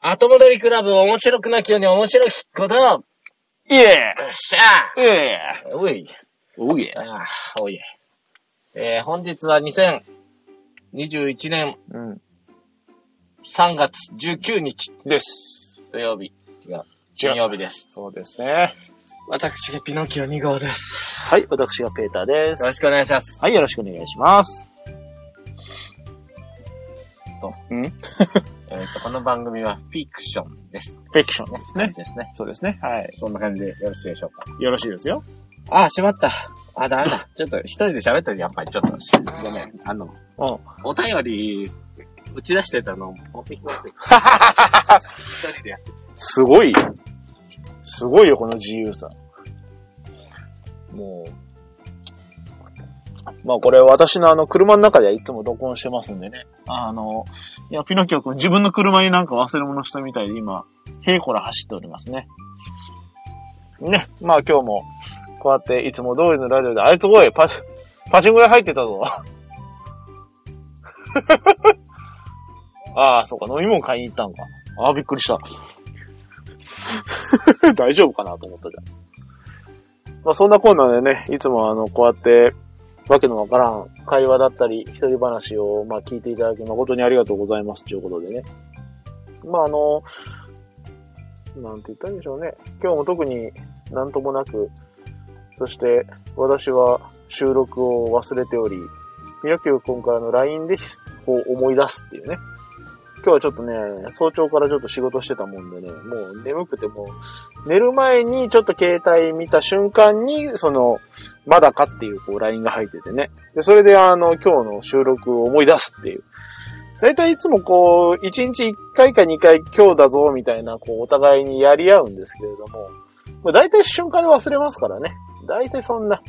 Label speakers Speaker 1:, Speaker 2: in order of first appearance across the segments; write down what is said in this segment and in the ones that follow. Speaker 1: 後戻りクラブ面白くなきように面白きことを、よ
Speaker 2: イエ
Speaker 1: っしゃ
Speaker 2: ーイエ
Speaker 1: ーおい。
Speaker 2: ーおげ
Speaker 1: ああ、おい。えー、本日は2021年
Speaker 2: うん。
Speaker 1: 3月19日
Speaker 2: です。
Speaker 1: 土曜日、違う、
Speaker 2: 違う
Speaker 1: 金曜日です。
Speaker 2: そうですね。
Speaker 1: 私がピノキオ2号です。
Speaker 2: はい、私がペーターです
Speaker 1: よろ。しくお願いします。
Speaker 2: はい、よろしくお願いします。
Speaker 1: と。
Speaker 2: んフ
Speaker 1: えー、と、この番組はフィクションです。
Speaker 2: ィクションですね。
Speaker 1: ですね。
Speaker 2: そうですね。はい。
Speaker 1: そんな感じでよろしいでしょうか。
Speaker 2: よろしいですよ。
Speaker 1: ああ、しまった。あ、ダメだ。ちょっと一人で喋ったらやっぱりちょっとし、ごめん。あの、
Speaker 2: うん。は
Speaker 1: お便り、打ち出してたのを持 ってきました。
Speaker 2: ははは
Speaker 1: 一人でやって
Speaker 2: すごい。すごいよ、この自由さ。もう。まあこれ私のあの車の中ではいつも録音してますんでね。あの、いや、ピノキオ君自分の車になんか忘れ物したみたいで今、平こら走っておりますね。ね。まあ今日も、こうやっていつも通りのラジオで、あいつごい、パチ、パチンコ屋入ってたぞ。 ああ、そうか、飲み物買いに行ったんか。ああ、びっくりした。 大丈夫かなと思ったじゃん。まあそんなこんなでね、いつもあの、こうやって、わけのわからん会話だったり、一人話を、まあ聞いていただき誠にありがとうございますということでね。まああの、なんて言ったらいいんでしょうね。今日も特になんともなく、そして私は収録を忘れており、ミラキュー君からの LINE でこう思い出すっていうね。今日はちょっとね、早朝からちょっと仕事してたもんでね、もう眠くてもう寝る前にちょっと携帯見た瞬間に、その、まだかっていうこう LINE が入っててね。で、それであの、今日の収録を思い出すっていう。だいたいいつもこう、1日1回か2回今日だぞみたいな、こう、お互いにやり合うんですけれども、まあ、だいたい瞬間で忘れますからね。だいたいそんな。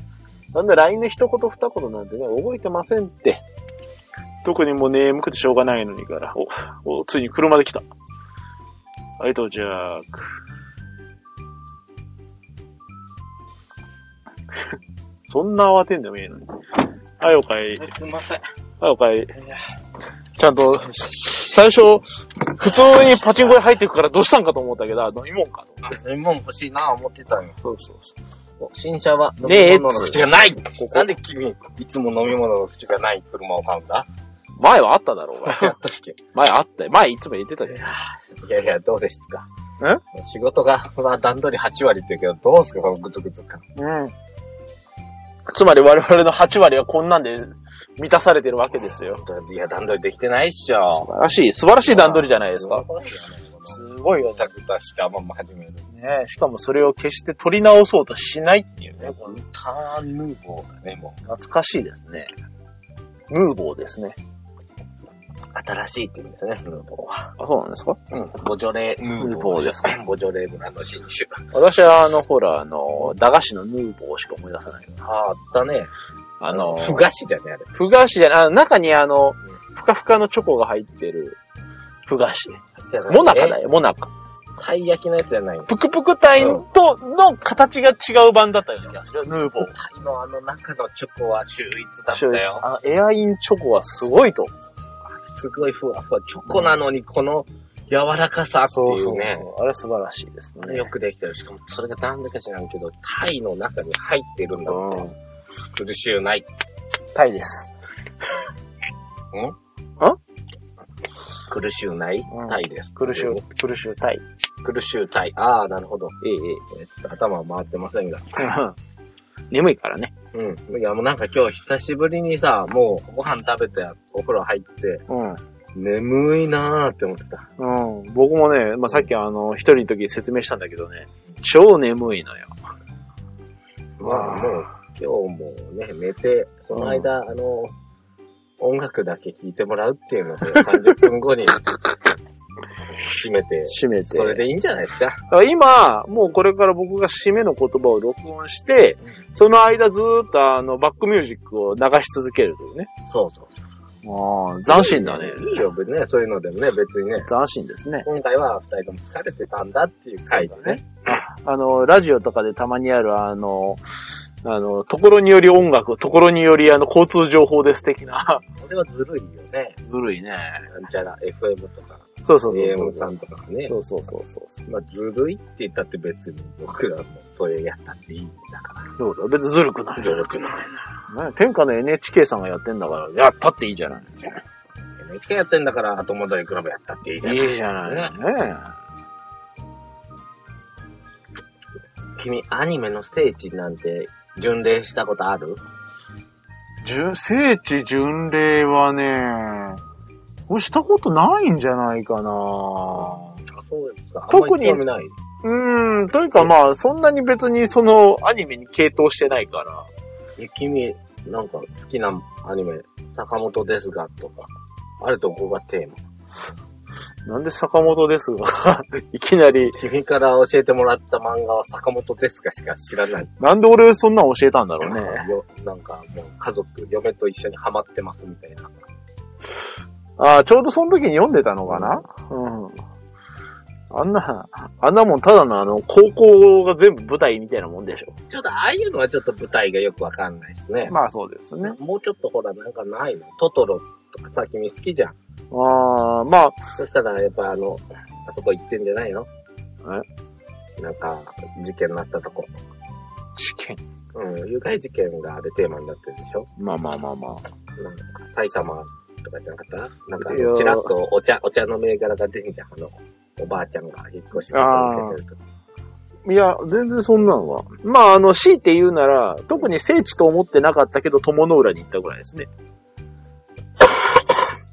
Speaker 2: なんで LINE の一言二言なんてね、覚えてませんって。特にもう眠くてしょうがないのにから。お、お、ついに車で来た。はい、到着。 そんな慌てんでもいいのに。はい、おかえり。
Speaker 1: すみません。
Speaker 2: はい、おかえり。ちゃんと、最初、普通にパチンコに入っていくからどうしたんかと思ったけど、あ飲み物かと思っ
Speaker 1: あ、飲み物欲しいな、思ってたんよ。
Speaker 2: た。そうそうそ
Speaker 1: お新車は飲
Speaker 2: ねえ
Speaker 1: み物の口がない
Speaker 2: ここ
Speaker 1: なんで君、いつも飲み物の口がない車を買うんだ
Speaker 2: う。前はあっただろうが。
Speaker 1: やったっけ
Speaker 2: 前あったよ。前いつも言ってたじゃん。
Speaker 1: いやいや、どうでしたか仕事が、まあ段取り8割って言うけど、どうすかこのグツグツ感。
Speaker 2: うん。つまり我々の8割はこんなんで満たされてるわけですよ。
Speaker 1: いや、段取りできてないっしょ。
Speaker 2: 素晴らしい、素晴らしい段取りじゃないですか。す
Speaker 1: す
Speaker 2: ごいよ
Speaker 1: ごいタクタしたまんま始める。
Speaker 2: ね。しかもそれを決して取り直そうとしないっていうね、この
Speaker 1: ターンヌーボーだね、もう。
Speaker 2: 懐かしいですね。ヌーボーですね。
Speaker 1: 新しいって言うんですね、ヌーボーは。
Speaker 2: あ、そうなんですか
Speaker 1: うん、ボジョレーヌーボーですか。ボジョレー村の新種。
Speaker 2: 私はあの、ほら、あの、駄菓子のヌーボーしか思い出さないな。
Speaker 1: ああったね。
Speaker 2: あ の、
Speaker 1: ふがしじゃね、あれ。
Speaker 2: ふ菓子じゃない、あの、中にあの、ふかふかのチョコが入ってる、ふ菓子。モナカだ
Speaker 1: よ。
Speaker 2: よ、モナカ。
Speaker 1: たい焼きのやつじゃないの。
Speaker 2: ぷくぷく隊との形が違う版だったような気がするよ、ヌーボー。
Speaker 1: タイのあの中のチョコは秀逸だったよ。
Speaker 2: あのエアインチョコはすごいと。
Speaker 1: すごいふわふわ。チョコなのにこの柔らかさっていうね。
Speaker 2: う。あれ素晴らしいですね。
Speaker 1: よくできてる。しかもそれが何だか知らんけど、タイの中に入ってるんだって。
Speaker 2: うん。
Speaker 1: 苦しゅうない。
Speaker 2: タイです。
Speaker 1: 苦しゅうない、
Speaker 2: うん
Speaker 1: タイです。
Speaker 2: 苦しゅう、苦しゅうタイ。
Speaker 1: 苦しゅうタイ。ああ、なるほど。
Speaker 2: ええ
Speaker 1: えっと、頭は回ってませんが。
Speaker 2: 眠いからね。
Speaker 1: うん。いや、もうなんか今日久しぶりにさ、もうご飯食べてお風呂入って、
Speaker 2: うん。
Speaker 1: 眠いなーって思ってた。
Speaker 2: うん。僕もね、まあ、さっきあの、一人の時説明したんだけどね、超眠いのよ。
Speaker 1: まあもう今日もね、寝て、その間、あの、音楽だけ聴いてもらうっていうのを30分後に締めて、
Speaker 2: 締めて。
Speaker 1: それでいいんじゃないですか。
Speaker 2: だから今、もうこれから僕が締めの言葉を録音して、その間ずーっとあの、バックミュージックを流し続けるというね。
Speaker 1: そうそう。
Speaker 2: ああ、斬新だね。
Speaker 1: いいよ、別にね、そういうのでもね、別にね。
Speaker 2: 斬新ですね。
Speaker 1: 今回は二人とも疲れてたんだっていう回だね。
Speaker 2: あの、ラジオとかでたまにある、あの、あの、ところにより音楽、ところによりあの、交通情報です的な。
Speaker 1: これはずるいよね。
Speaker 2: ずるいね。
Speaker 1: なんちゃら FM とか。
Speaker 2: そうそうそうそう
Speaker 1: AM さんとかがね。
Speaker 2: そうそうそうそう。
Speaker 1: まあ、ずるいって言ったって別に僕らもそれやったっていいんだか
Speaker 2: そうだ、別にずるくない。
Speaker 1: ら。ずるくない
Speaker 2: ね天下の NHK さんがやってんだから、やったっていいじゃない。
Speaker 1: な。NHK やってんだから後戻りクラブやったっていいじゃない。
Speaker 2: いいじゃない。ね
Speaker 1: 君、アニメの聖地なんて巡礼したことある
Speaker 2: え。じゅ聖地巡礼はね、俺したことないんじゃないかな
Speaker 1: あ、そうですか。
Speaker 2: 特に
Speaker 1: あんまり興味ないう
Speaker 2: ーん、というかまあ、そんなに別にそのアニメに傾倒してないから。
Speaker 1: え君、なんか好きなアニメ、坂本ですがとか、あれどこがテーマ
Speaker 2: なんで坂本ですが、 いきなり、
Speaker 1: 君から教えてもらった漫画は坂本ですがしか知らない
Speaker 2: なんで俺そんなん教えたんだろうね。
Speaker 1: よなんかもう家族、嫁と一緒にハマってますみたいな。
Speaker 2: ああ、ちょうどその時に読んでたのかなうん。あんな、あんなもんただのあの、高校が全部舞台みたいなもんでしょ。
Speaker 1: ちょっとああいうのはちょっと舞台がよくわかんないですね。
Speaker 2: まあそうですね。
Speaker 1: もうちょっとほらなんかないのトトロとかさ、君好きじゃん。
Speaker 2: ああ、まあ、
Speaker 1: そしたらやっぱあの、あそこ行ってんじゃないのなんか、事件になったとこ。
Speaker 2: 試験。
Speaker 1: うん、誘拐事件があれテーマになってるでしょ
Speaker 2: まあまあまあま
Speaker 1: なんか埼玉とかじゃなかったなんかあ
Speaker 2: いや
Speaker 1: の、
Speaker 2: ー
Speaker 1: ちらっとお茶、お茶の銘柄が出てんじゃん。あの、おばあちゃんが引っ越してくるの受けてると
Speaker 2: あ。いや、全然そんなんは。まあ、あの、強いて言うなら、特に聖地と思ってなかったけど、友の浦に行ったぐらいですね。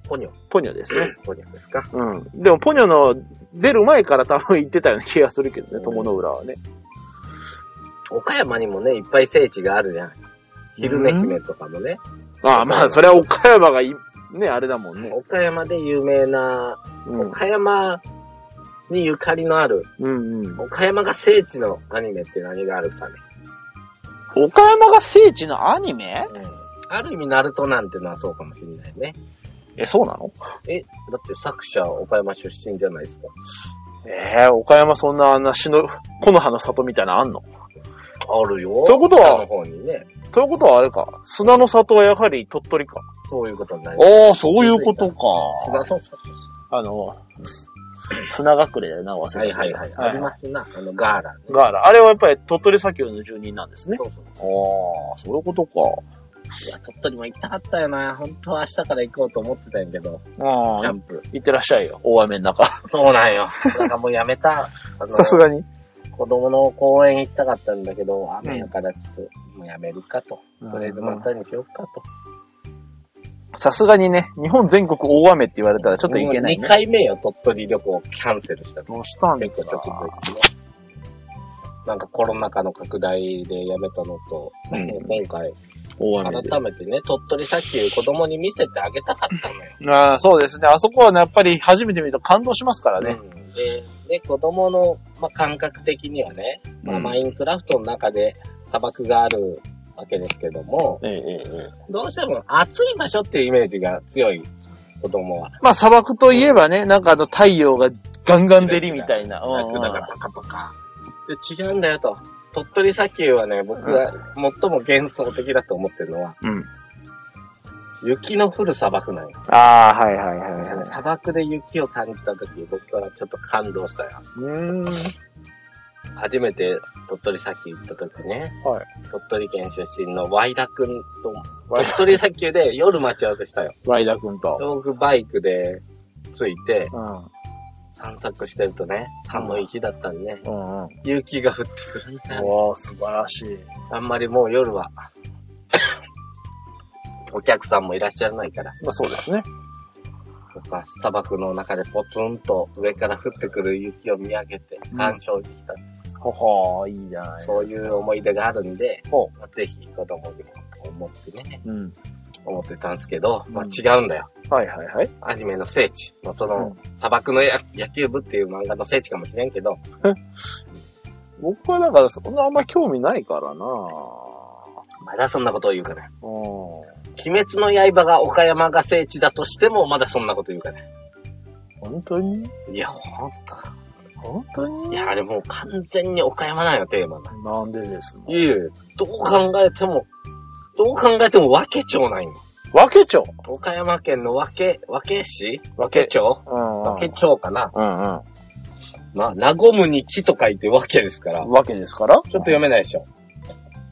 Speaker 1: ポニョ、
Speaker 2: ポニョですね。
Speaker 1: ポニョですか
Speaker 2: うん。でも、ポニョの出る前から多分行ってたような気がするけどね、友の浦はね。
Speaker 1: 岡山にもね、いっぱい聖地があるじゃん。昼寝姫とかもね。
Speaker 2: まあまあ、それは岡山がい、ね、あれだもんね。
Speaker 1: 岡山で有名な、
Speaker 2: うん。
Speaker 1: 岡山にゆかりのある、
Speaker 2: うんうん。
Speaker 1: 岡山が聖地のアニメって何があるかね。
Speaker 2: 岡山が聖地のアニメ
Speaker 1: ある意味、ナルトなんてのはそうかもしれないね。
Speaker 2: え、そうなの
Speaker 1: え、だって作者、岡山出身じゃないですか。
Speaker 2: ええ岡山そんな、あんな、しの、木の葉の里みたいなのあんの
Speaker 1: あるよ。
Speaker 2: ということは
Speaker 1: 北の方にね、
Speaker 2: ということはあれか、砂の里はやはり鳥取か。
Speaker 1: そういうことになります。
Speaker 2: ああ、そういうこと
Speaker 1: そう
Speaker 2: か。
Speaker 1: そうそう。
Speaker 2: あの、砂隠れだよな、忘
Speaker 1: は
Speaker 2: れ
Speaker 1: い
Speaker 2: てた
Speaker 1: はいはい。ありますな。あの、ガーラね。
Speaker 2: ガーラ。あれはやっぱり鳥取砂丘の住人なんですね。
Speaker 1: そうそう。
Speaker 2: ああ、そういうことか。
Speaker 1: いや、鳥取も行きたかったよな。本当は明日から行こうと思ってたんやけど、キ
Speaker 2: あ
Speaker 1: ャ
Speaker 2: あ、
Speaker 1: ンプ。
Speaker 2: 行ってらっしゃいよ、大雨の 中。
Speaker 1: そうなんよ。なんかもうやめ た。あの、
Speaker 2: がに。
Speaker 1: 子供の公園行きたかったんだけど、雨やからちょっと、もうやめるかと。とりあえずまたにしようかと。
Speaker 2: さすがにね、日本全国大雨って言われたらちょっと行けない、
Speaker 1: もう
Speaker 2: ね
Speaker 1: 2。回目よ、鳥取旅行をキャンセルしたの。
Speaker 2: どうしたんで
Speaker 1: 結
Speaker 2: す
Speaker 1: 構ちょ
Speaker 2: か
Speaker 1: っとね。なんかコロナ禍の拡大でやめたのと、
Speaker 2: うん
Speaker 1: 今回、
Speaker 2: 大雨で。
Speaker 1: 改めてね、鳥取砂丘子供に見せてあげたかったのよ。
Speaker 2: ああ、そうですね。あそこはね、やっぱり初めて見ると感動しますからね。
Speaker 1: うんでで、子供の、まあ、感覚的にはね、まあ、
Speaker 2: うん
Speaker 1: マインクラフトの中で砂漠があるわけですけども、
Speaker 2: ええええ。
Speaker 1: どうしても暑い場所っていうイメージが強い子供は。
Speaker 2: まあ砂漠といえばね、なんかあの太陽がガンガン出るみたいな。
Speaker 1: ラクダがパカパカ。で、違うんだよと。鳥取砂丘はね、僕が最も幻想的だと思ってるのは、
Speaker 2: うん。
Speaker 1: 雪の降る砂漠なんよ。
Speaker 2: ああ、はいはいはいはい。
Speaker 1: 砂漠で雪を感じた時、僕はちょっと感動したよ。
Speaker 2: うーん。
Speaker 1: 初めて鳥取砂丘行った時ね、
Speaker 2: はい
Speaker 1: 鳥取県出身のワイダ君と、鳥取砂丘で夜待ち合わせしたよ。
Speaker 2: ワイダ君と。
Speaker 1: 遠くバイクで着いて
Speaker 2: うん。うん
Speaker 1: 散策してるとね、寒い日だったんでね、
Speaker 2: うん。
Speaker 1: 雪が降ってくるみたいな。
Speaker 2: わあ、素晴らしい。
Speaker 1: あんまりもう夜 は、お客さんもいらっしゃらないから、
Speaker 2: まあそうですね。
Speaker 1: とか砂漠の中でポツンと上から降ってくる雪を見上げて
Speaker 2: うん
Speaker 1: 鑑賞できた、
Speaker 2: ほほー、いいじゃない。
Speaker 1: そういう思い出があるんで、
Speaker 2: ほ
Speaker 1: まあぜひ子供にもと思ってね、
Speaker 2: う。うん。
Speaker 1: 思ってたんですけど、まあ
Speaker 2: うん
Speaker 1: 違うんだよ。
Speaker 2: はいはいはい。
Speaker 1: アニメの聖地。まあそうの
Speaker 2: ん、
Speaker 1: 砂漠のや野球部っていう漫画の聖地かもしれんけど、
Speaker 2: 僕はだからそんなあんま興味ないからな
Speaker 1: まだそんなことを言うかね。
Speaker 2: うん。
Speaker 1: 鬼滅の刃が岡山が聖地だとしても、まだそんなこと言うかね。
Speaker 2: 本当に
Speaker 1: いや、ほんと。
Speaker 2: 本当
Speaker 1: い
Speaker 2: に
Speaker 1: や、あれもう完全に岡山なんよ、テーマが。
Speaker 2: なんでです
Speaker 1: い
Speaker 2: の
Speaker 1: やいやどう考えても、どう考えても和気町ないの。
Speaker 2: 分けちょ
Speaker 1: 岡山県の和気、和気市
Speaker 2: 分
Speaker 1: 和気町
Speaker 2: うん
Speaker 1: わけちょうかな。
Speaker 2: うん
Speaker 1: まあ、なごむにちと書いてわけですから。ち
Speaker 2: うん。
Speaker 1: ょ
Speaker 2: わけですからちょ
Speaker 1: っ
Speaker 2: っ
Speaker 1: と読めないでしょ。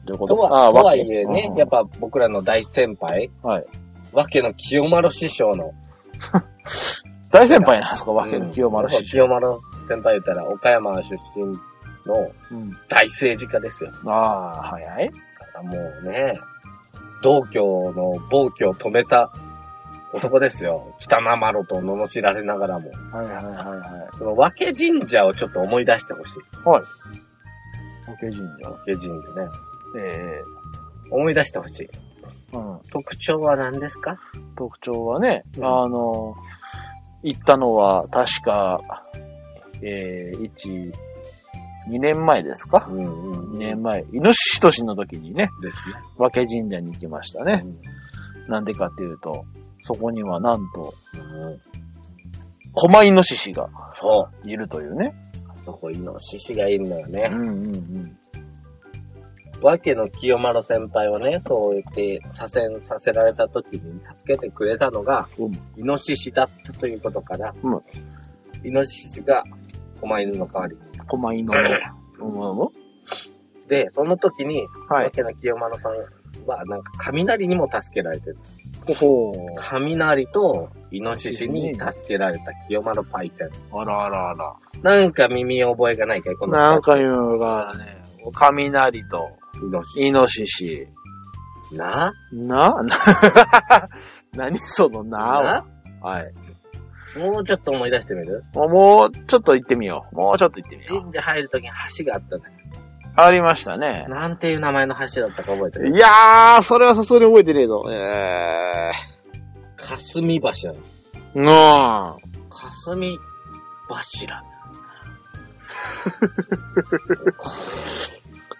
Speaker 2: どういうことと
Speaker 1: は、とはいえね、やっ
Speaker 2: ぱ。
Speaker 1: ぱ僕らの大先輩、
Speaker 2: はい。
Speaker 1: わけの清丸師匠の。
Speaker 2: 大先輩なんですかわけの清丸
Speaker 1: うん
Speaker 2: 師匠。
Speaker 1: 清丸先輩言ったら、岡山出身の
Speaker 2: うん。
Speaker 1: 大政治家ですよ。
Speaker 2: ああ、早い。
Speaker 1: だからもうね、同居の暴挙を止めた男ですよ。 北ままろと罵られながらも。
Speaker 2: はいはいはいはい。
Speaker 1: その、和気神社をちょっと思い出してほしい。
Speaker 2: わけ神社。
Speaker 1: 和気神社ね。
Speaker 2: え
Speaker 1: 思い出してほしい。
Speaker 2: えうん。
Speaker 1: 特徴は何ですか
Speaker 2: 特徴はね、
Speaker 1: うん
Speaker 2: あの、行ったのは確か、えー、1、2年前ですか
Speaker 1: うんう
Speaker 2: ?2 年前。イノシシ年の時にね、
Speaker 1: ですね。
Speaker 2: 和気神社に行きましたね。なんでかっていうと、そこにはなんと、
Speaker 1: うん
Speaker 2: 狛イノシシが
Speaker 1: そう。
Speaker 2: いるというね。
Speaker 1: そこ、イノシシがいるのよ
Speaker 2: う
Speaker 1: ね。
Speaker 2: んうんうん。
Speaker 1: わけの清丸先輩をね、そう言って左遷させられた時に助けてくれたのが、
Speaker 2: うん
Speaker 1: イノシシだったということから、
Speaker 2: うん
Speaker 1: イノシシが狛犬の代わりに。
Speaker 2: 狛犬の、うんうんうん
Speaker 1: で、その時に、
Speaker 2: は
Speaker 1: わ
Speaker 2: い。
Speaker 1: けの清丸さんは、なんか雷にも助けられてる。
Speaker 2: ほ
Speaker 1: 雷とイノシシに助けられた清丸パイセン。
Speaker 2: う。あらあらあら。
Speaker 1: なんか耳覚えがないかいこの
Speaker 2: な
Speaker 1: 二
Speaker 2: ん
Speaker 1: つ
Speaker 2: かいうのがあるね。雷と、
Speaker 1: イノシ
Speaker 2: イノシシ。
Speaker 1: シ。な
Speaker 2: な、 な、何そのなは。はい。
Speaker 1: もうちょっと思い出してみる
Speaker 2: もうもうちょっと行ってみよう。もうちょっと行ってみよう。
Speaker 1: 神社入る時に橋があったね。
Speaker 2: ありましたね。
Speaker 1: なんていう名前の橋だったか覚えてる
Speaker 2: いやー、それはさすがに覚えてねえぞ。え
Speaker 1: 霞橋なの。
Speaker 2: ー。なあ。
Speaker 1: 霞柱。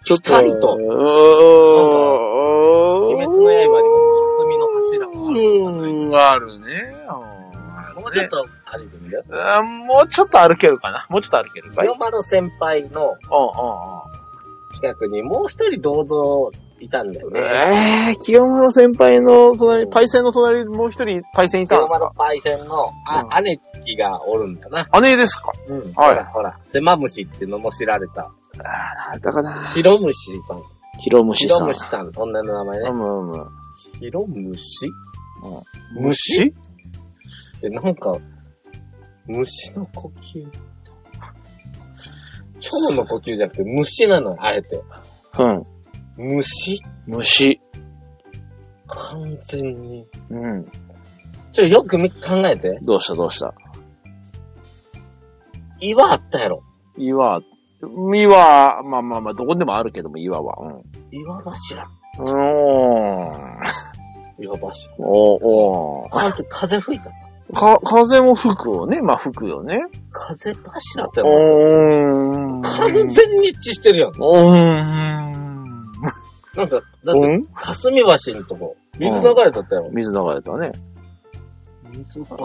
Speaker 1: ちょっと。
Speaker 2: う
Speaker 1: 光
Speaker 2: ーん。
Speaker 1: と、
Speaker 2: 鬼
Speaker 1: 鬼滅の刃にも霞の柱があるじゃない
Speaker 2: うん、あるね。
Speaker 1: もうちょっと歩いてみる
Speaker 2: と。もうちょっと歩けるかな。もうちょっと歩けるかい。うん
Speaker 1: 清丸先輩の
Speaker 2: う
Speaker 1: 近くにもう一人銅像いたんだよ
Speaker 2: んうん。
Speaker 1: ね。
Speaker 2: えー、清丸先輩の隣、パイセンの隣にもう一人パイセンいたん
Speaker 1: 清
Speaker 2: ですか
Speaker 1: 丸パイセンの、
Speaker 2: うん
Speaker 1: あ、姉貴がおるんだな。
Speaker 2: 姉ですか
Speaker 1: うん。ほ
Speaker 2: はい
Speaker 1: らほら、セマムシってのも知られた。
Speaker 2: ああ、なんだかな。
Speaker 1: ヒロムシさん。
Speaker 2: ヒロム
Speaker 1: ヒロムシさん、女の名前
Speaker 2: う
Speaker 1: ね。
Speaker 2: むうむ。
Speaker 1: ヒロムシ
Speaker 2: 虫
Speaker 1: え、なんか、虫の呼吸。蝶の呼吸じゃなくて虫なのよ、あえて。
Speaker 2: うん。
Speaker 1: 虫
Speaker 2: 虫。
Speaker 1: 完全に。
Speaker 2: うん。
Speaker 1: ちょ、よくみ考えて。
Speaker 2: どうしたどうした
Speaker 1: 岩あったやろ。
Speaker 2: 岩、岩、まあまあまあ、どこにでもあるけども、岩は。
Speaker 1: 岩柱。
Speaker 2: うん。おーん。
Speaker 1: 岩柱。
Speaker 2: おー、お
Speaker 1: あんた風吹いた。
Speaker 2: ー。か、風も吹くよね。まあ、吹くよね。
Speaker 1: 風柱ってもう
Speaker 2: おーん。
Speaker 1: 完全に一致してるやん。
Speaker 2: おーん。
Speaker 1: なんか、だっ
Speaker 2: う
Speaker 1: て、
Speaker 2: ん
Speaker 1: 霞橋のとこ、水流れとったやろ。
Speaker 2: 水流れたね。
Speaker 1: 水橋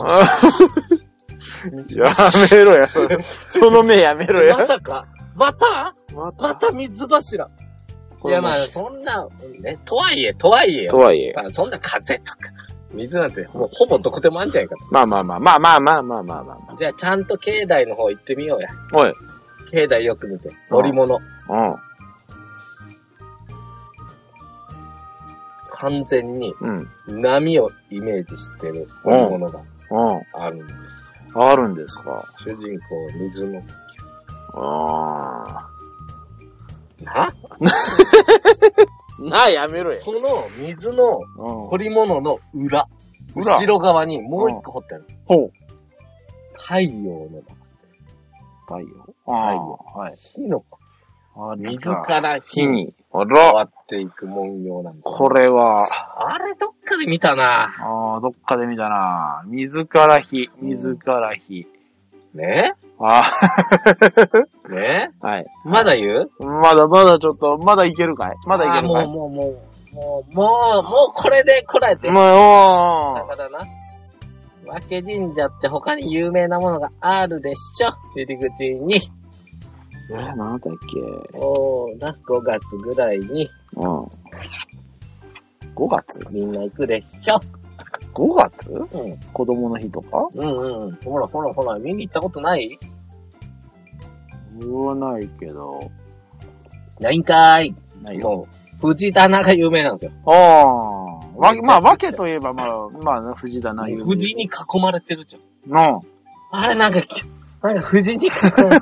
Speaker 2: やめろや、それその目やめろや
Speaker 1: ま。さか、また
Speaker 2: また
Speaker 1: また水柱。い
Speaker 2: い
Speaker 1: や
Speaker 2: や
Speaker 1: ま
Speaker 2: ま
Speaker 1: あ、
Speaker 2: あ、
Speaker 1: そんな、ね、とはいえ、とはいえよ
Speaker 2: と。はいえ。
Speaker 1: あそんな風とか、水なんてもうほぼどこでもあんじゃないか
Speaker 2: まあまあまあ、まあまあまあまあまあまあま
Speaker 1: と。じゃあちゃんと境内の方行ってみようや。
Speaker 2: あ。おい。
Speaker 1: 境内よく見て。乗り物。完全に
Speaker 2: うん。うん。
Speaker 1: 波をイメージしてる乗り物が
Speaker 2: うん。
Speaker 1: あるんで
Speaker 2: あるんですか。
Speaker 1: す。主人公、水の。
Speaker 2: あ
Speaker 1: な
Speaker 2: あ。なあ、やめろや。
Speaker 1: その水の
Speaker 2: うん
Speaker 1: 彫り物の裏。
Speaker 2: 裏
Speaker 1: 後ろ側にもう一個掘ってある。
Speaker 2: ほう。
Speaker 1: 太陽の
Speaker 2: 太陽。太陽。はい。
Speaker 1: 火の粉
Speaker 2: あ
Speaker 1: 水から火
Speaker 2: 火
Speaker 1: に
Speaker 2: に。あ
Speaker 1: 変
Speaker 2: ら。
Speaker 1: わっていく文様なんだ。
Speaker 2: これは、
Speaker 1: あれどっかで見たな。
Speaker 2: ああ、どっかで見たな。水から火。水から火。
Speaker 1: ね
Speaker 2: あ
Speaker 1: ね
Speaker 2: あ。はい。
Speaker 1: まだ言う
Speaker 2: まだまだちょっと、まだいけるかいまだい
Speaker 1: あ
Speaker 2: けるかい
Speaker 1: ーもう、もう、もう、もう、もう、もうこれでこらえて。ま
Speaker 2: まあ、おー。
Speaker 1: だな。和気神社って他に有名なものがあるでしょ入り口に。
Speaker 2: えー、なんだっけ。
Speaker 1: おーな、5月ぐらいに
Speaker 2: うん。5月
Speaker 1: みんな行くでしょ。
Speaker 2: 5月
Speaker 1: うん。
Speaker 2: 子供の日とか
Speaker 1: うんうん。ほらほらほら、見に行ったことない
Speaker 2: 言わないけど。
Speaker 1: ないんかーい。
Speaker 2: ないよ。
Speaker 1: もう、藤棚が有名なんですよ。
Speaker 2: ああ。わ、まあ、わけといえば、まあ、まあ、藤だな、
Speaker 1: 藤に。囲まれてるじゃん。
Speaker 2: の、
Speaker 1: あれなんか、なんか藤に囲まれ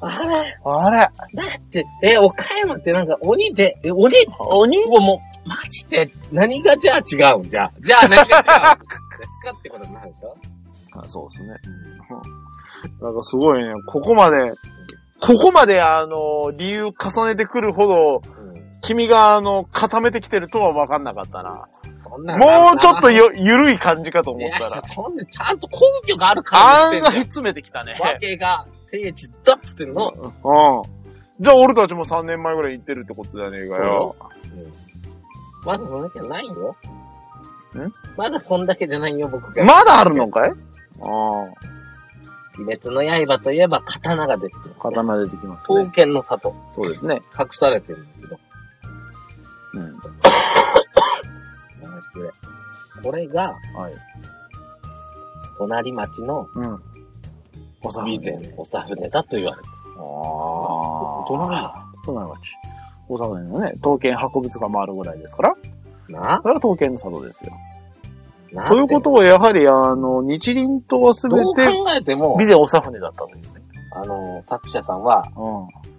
Speaker 1: あれ
Speaker 2: あれ
Speaker 1: だって、え、岡山ってなんか鬼で、え、鬼
Speaker 2: 鬼
Speaker 1: うわもう、マジで、何がじゃあ違うんじゃあ。じゃあ何が違うんですかってことになるでしょ
Speaker 2: あそうですね。なんかすごいね、ここまで、ここまで、あの、理由重ねてくるほど、
Speaker 1: うん。
Speaker 2: 君が、あの、固めてきてるとは分かんなかったな。
Speaker 1: そんなの
Speaker 2: もうちょっとよ、ゆるい感じかと思
Speaker 1: い
Speaker 2: った
Speaker 1: や
Speaker 2: ら、、
Speaker 1: そんで、ちゃんと根拠があるから
Speaker 2: 案
Speaker 1: 言って
Speaker 2: 外
Speaker 1: んじゃん
Speaker 2: 詰めてきたね。
Speaker 1: わけが聖地だっつってんの。
Speaker 2: うん。じゃあ俺たちも3年前ぐらい行ってるってことじゃねえかよ。
Speaker 1: まだそんだけじゃないよ。
Speaker 2: ん
Speaker 1: まだそんだけじゃないよ、僕が。
Speaker 2: まだあるのかいあ
Speaker 1: 鬼滅の刃といえば刀が出てくる、
Speaker 2: あ、刀出てきます
Speaker 1: 刀
Speaker 2: ね。
Speaker 1: 剣の里。
Speaker 2: そうですね。
Speaker 1: 隠されてるんだけど。
Speaker 2: うん。
Speaker 1: 何それこれが、
Speaker 2: はい。
Speaker 1: 隣町の
Speaker 2: うん。おさ
Speaker 1: 備前、おさふねだと言われて
Speaker 2: ああ。
Speaker 1: 隣だ
Speaker 2: 隣町。大阪のね、刀剣博物館もあるぐらいですから。
Speaker 1: る。な
Speaker 2: だから刀剣の里ですよ。
Speaker 1: な
Speaker 2: ということは、やはり、あの、日輪刀はすべ
Speaker 1: どう
Speaker 2: て、
Speaker 1: 考えても
Speaker 2: 備、前長船だったというね。
Speaker 1: あの、作者さんは、
Speaker 2: うん。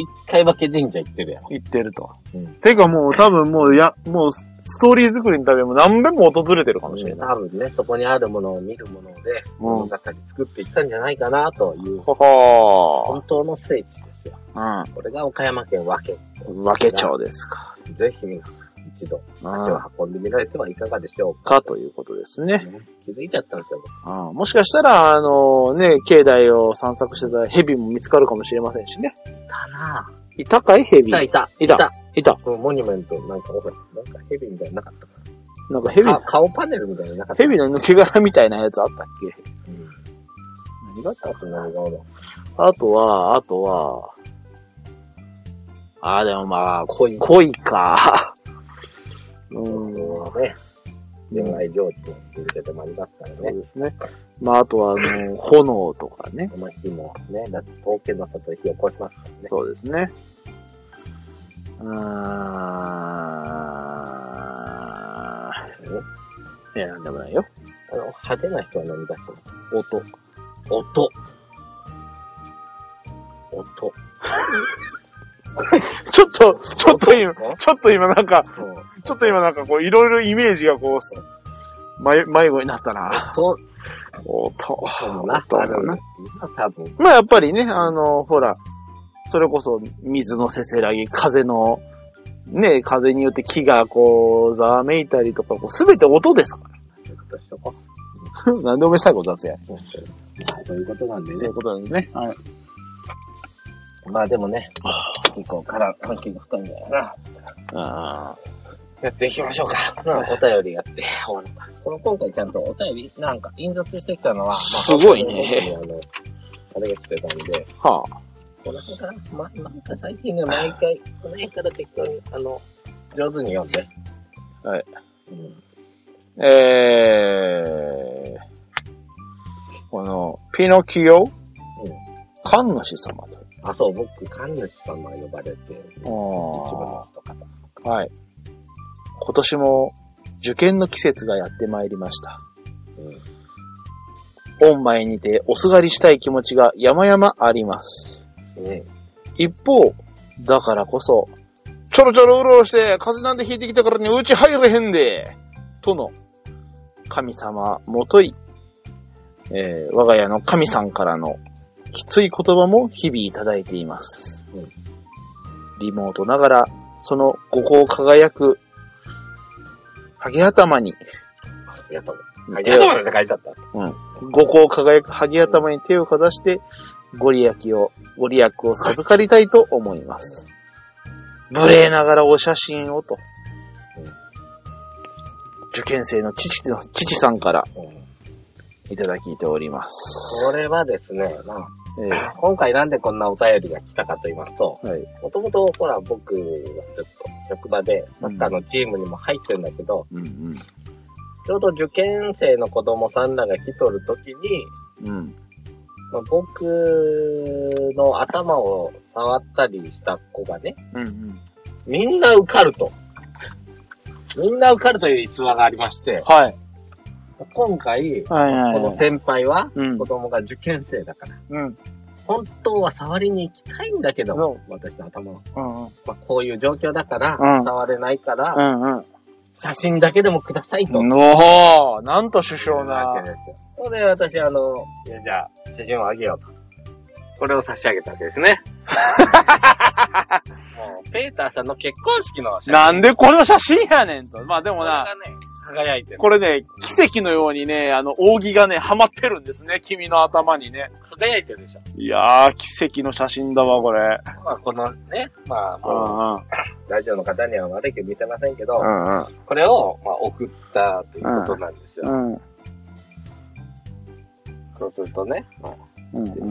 Speaker 1: 一回化け神社行ってるやろ。
Speaker 2: 行ってると。
Speaker 1: うん
Speaker 2: てかもう、多分もう、や、もう、ストーリー作りのためも何べんも訪れてるかもしれない。
Speaker 1: 多分ね、そこにあるものを見るもので、
Speaker 2: うん
Speaker 1: 物語作っていったんじゃないかなという、
Speaker 2: ほほ
Speaker 1: 本当の聖地ですよ。
Speaker 2: ー。
Speaker 1: これが岡山県和家。
Speaker 2: うん。分けちゃうですか。
Speaker 1: ぜひ皆さん、一度足を運んでみられてはいかがでしょうか。
Speaker 2: かということですね。
Speaker 1: ね気づいちゃったんですよ。
Speaker 2: うんもしかしたら、あのね、境内を散策してた蛇も見つかるかもしれませんしね。
Speaker 1: いたなぁ。
Speaker 2: いたかい
Speaker 1: い
Speaker 2: 蛇
Speaker 1: たいた。
Speaker 2: いたいた。
Speaker 1: このモニュメントなんかオフェなんかヘビみたいなのなかったか
Speaker 2: なんか蛇
Speaker 1: な。か顔パネルみたいなのなかった。
Speaker 2: 蛇の抜け殻みたいなやつあったっけ
Speaker 1: うん。
Speaker 2: 何があっ
Speaker 1: あと何があるの
Speaker 2: たあとは、あとは、あー、でもまあ、
Speaker 1: 恋の
Speaker 2: 恋か。 うー
Speaker 1: ね、
Speaker 2: ん。
Speaker 1: 恋愛成就の入れ方もありますから
Speaker 2: そう
Speaker 1: ね。
Speaker 2: ですね。まあ、あとは、あの、炎とかね。
Speaker 1: この日もね、だって刀剣の里で火を起こしますからね。
Speaker 2: そうですね。うーん。いや、なんでもないよ。
Speaker 1: あの、派手な人は何出してます
Speaker 2: 音。
Speaker 1: 音。音。
Speaker 2: ちょっと、ちょっと今、
Speaker 1: ね
Speaker 2: ちょっと今なんか、
Speaker 1: そう
Speaker 2: ちょっと今なんかこう、いろいろイメージがこうす、迷迷子になったな。
Speaker 1: 音、
Speaker 2: 音。
Speaker 1: 音も
Speaker 2: 音
Speaker 1: な、ある
Speaker 2: だな。
Speaker 1: 多分。
Speaker 2: まあやっぱりね、あの、ほら、それこそ水のせせらぎ、風の、ね、風によって木がこう、ざわめいたりとか、こうすべて音ですか
Speaker 1: そういうことしとこう
Speaker 2: ら。 なんでおめえ最後雑やねん。
Speaker 1: そうそういうことなんで
Speaker 2: そうい
Speaker 1: ね
Speaker 2: う。ことなんですね。はい。
Speaker 1: まあでもね、結構から関係が深いんだよな。
Speaker 2: あ
Speaker 1: やっていきましょうか。うん、お便りやって。この今回ちゃんとお便り、なんか印刷してきたのは、まあ、
Speaker 2: すごいね
Speaker 1: 本当にあの、あれが来てたんで、
Speaker 2: あ。は
Speaker 1: この辺から、ま、なんか最近ね、毎回、この辺から適当に、あの、上手に読んで。
Speaker 2: はい。
Speaker 1: うん。
Speaker 2: あ。えー、この、ピノキオ、うん、神主様と。
Speaker 1: あ、そう、僕、神主様呼ばれて、一部の人か
Speaker 2: はい。今年も受験の季節がやってまいりました。
Speaker 1: うん。
Speaker 2: 御前にておすがりしたい気持ちが山々あります。
Speaker 1: ね
Speaker 2: 一方、だからこそ、ちょろちょろうろうろして風邪なんてひいてきたからにうち入れへんで、との神様もとい、えー我が家の神さんからのきつい言葉も日々いただいています。
Speaker 1: うん
Speaker 2: リモートながら、その五光輝く、ハゲ頭に、
Speaker 1: ありがとう。
Speaker 2: 手を
Speaker 1: りがとうまで書いてあった。
Speaker 2: 五光輝く萩頭に手をかざして、ご利益を、ご利益を授かりたいと思います。無礼ながらお写真をと
Speaker 1: うん。
Speaker 2: 受験生の父の、父さんから
Speaker 1: うん
Speaker 2: いただきております。
Speaker 1: これはですね、まあ、
Speaker 2: ええ
Speaker 1: 今回なんでこんなお便りが来たかと言いますと、
Speaker 2: はい。
Speaker 1: もともと、ほら、僕はちょっと職場で、サッカーのチームにも入ってるんだけど、
Speaker 2: うんうん。
Speaker 1: ちょうど受験生の子供さんらが来とるときに、
Speaker 2: うん。
Speaker 1: まあ、僕の頭を触ったりした子がね、
Speaker 2: うんうん。
Speaker 1: みんな受かると。みんな受かるという逸話がありまして、
Speaker 2: はい。
Speaker 1: 今回、
Speaker 2: はいは
Speaker 1: こ
Speaker 2: い、
Speaker 1: の先輩は、
Speaker 2: うん
Speaker 1: 子。供が受験生だから、
Speaker 2: うん。
Speaker 1: 本当は触りに行きたいんだけど、
Speaker 2: う
Speaker 1: 私の頭を。
Speaker 2: うん。うん。
Speaker 1: まあ、こういう状況だから、
Speaker 2: うん
Speaker 1: 触れないから、
Speaker 2: うん。
Speaker 1: 写真だけでもくださいと。
Speaker 2: おおなんと首相
Speaker 1: わ
Speaker 2: な
Speaker 1: け。ですよ。それで私、あの、いやじゃあ、写真をあげようと。これを差し上げたわけですね。もう、ペーターさんの結婚式の写真。
Speaker 2: なんでこの写真やねんと。まあでも
Speaker 1: これ
Speaker 2: な、
Speaker 1: がね、輝いてる。
Speaker 2: これね、奇跡のようにね、あの、扇がね、はまってるんですね。君の頭にね。
Speaker 1: 輝いてるでしょ。
Speaker 2: いやー、奇跡の写真だわ、これ。
Speaker 1: まあ、このね、まあ、も
Speaker 2: んうん。
Speaker 1: う、ラジオの方には悪いけど見せませんけど、
Speaker 2: うん
Speaker 1: これを、まあ、送ったということなんですよ。
Speaker 2: うん。
Speaker 1: そうするとね、まあ
Speaker 2: うん
Speaker 1: 読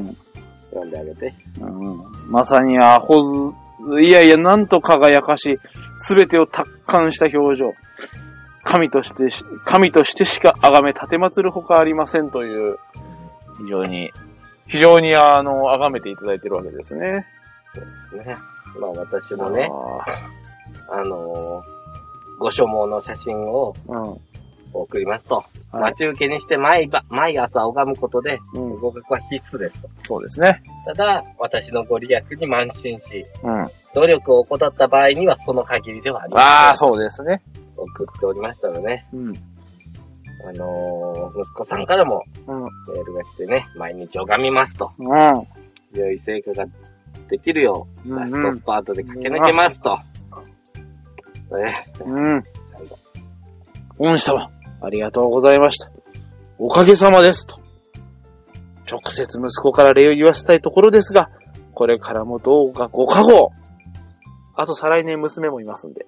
Speaker 1: んであげて。
Speaker 2: うん。まさにアホず、いやいや、なんと輝かしい、すべてを達観した表情。神としてし、神としてしか崇め立てまつるほかありませんという、非常に、非常にあの、崇めていただいてるわけですね。
Speaker 1: ね。まあ、私もね、
Speaker 2: あ
Speaker 1: あのーご所望の写真を
Speaker 2: ーうん。
Speaker 1: 送りますと。
Speaker 2: はい
Speaker 1: 待ち受けにして毎晩、毎朝拝むことで、
Speaker 2: うん。
Speaker 1: 合格は必須ですと。
Speaker 2: そうですね。
Speaker 1: ただ、私のご利益に慢心し、
Speaker 2: うん。
Speaker 1: 努力を怠った場合にはその限りではあり
Speaker 2: あ
Speaker 1: ま
Speaker 2: あ、
Speaker 1: せん。
Speaker 2: そうですね。
Speaker 1: 送っておりましたのでね、
Speaker 2: うん。
Speaker 1: あのー息子さんからも
Speaker 2: うん。
Speaker 1: メールが来てね、毎日拝みますと。
Speaker 2: うん。
Speaker 1: 良い成果ができるよう、ラストスパートで駆け抜けますと。ね、
Speaker 2: うん。
Speaker 1: 最後。
Speaker 2: 御師様、ありがとうございました。おかげさまです。と。直接息子から礼を言わせたいところですが、これからもどうかご加護。あと再来年娘もいますんで。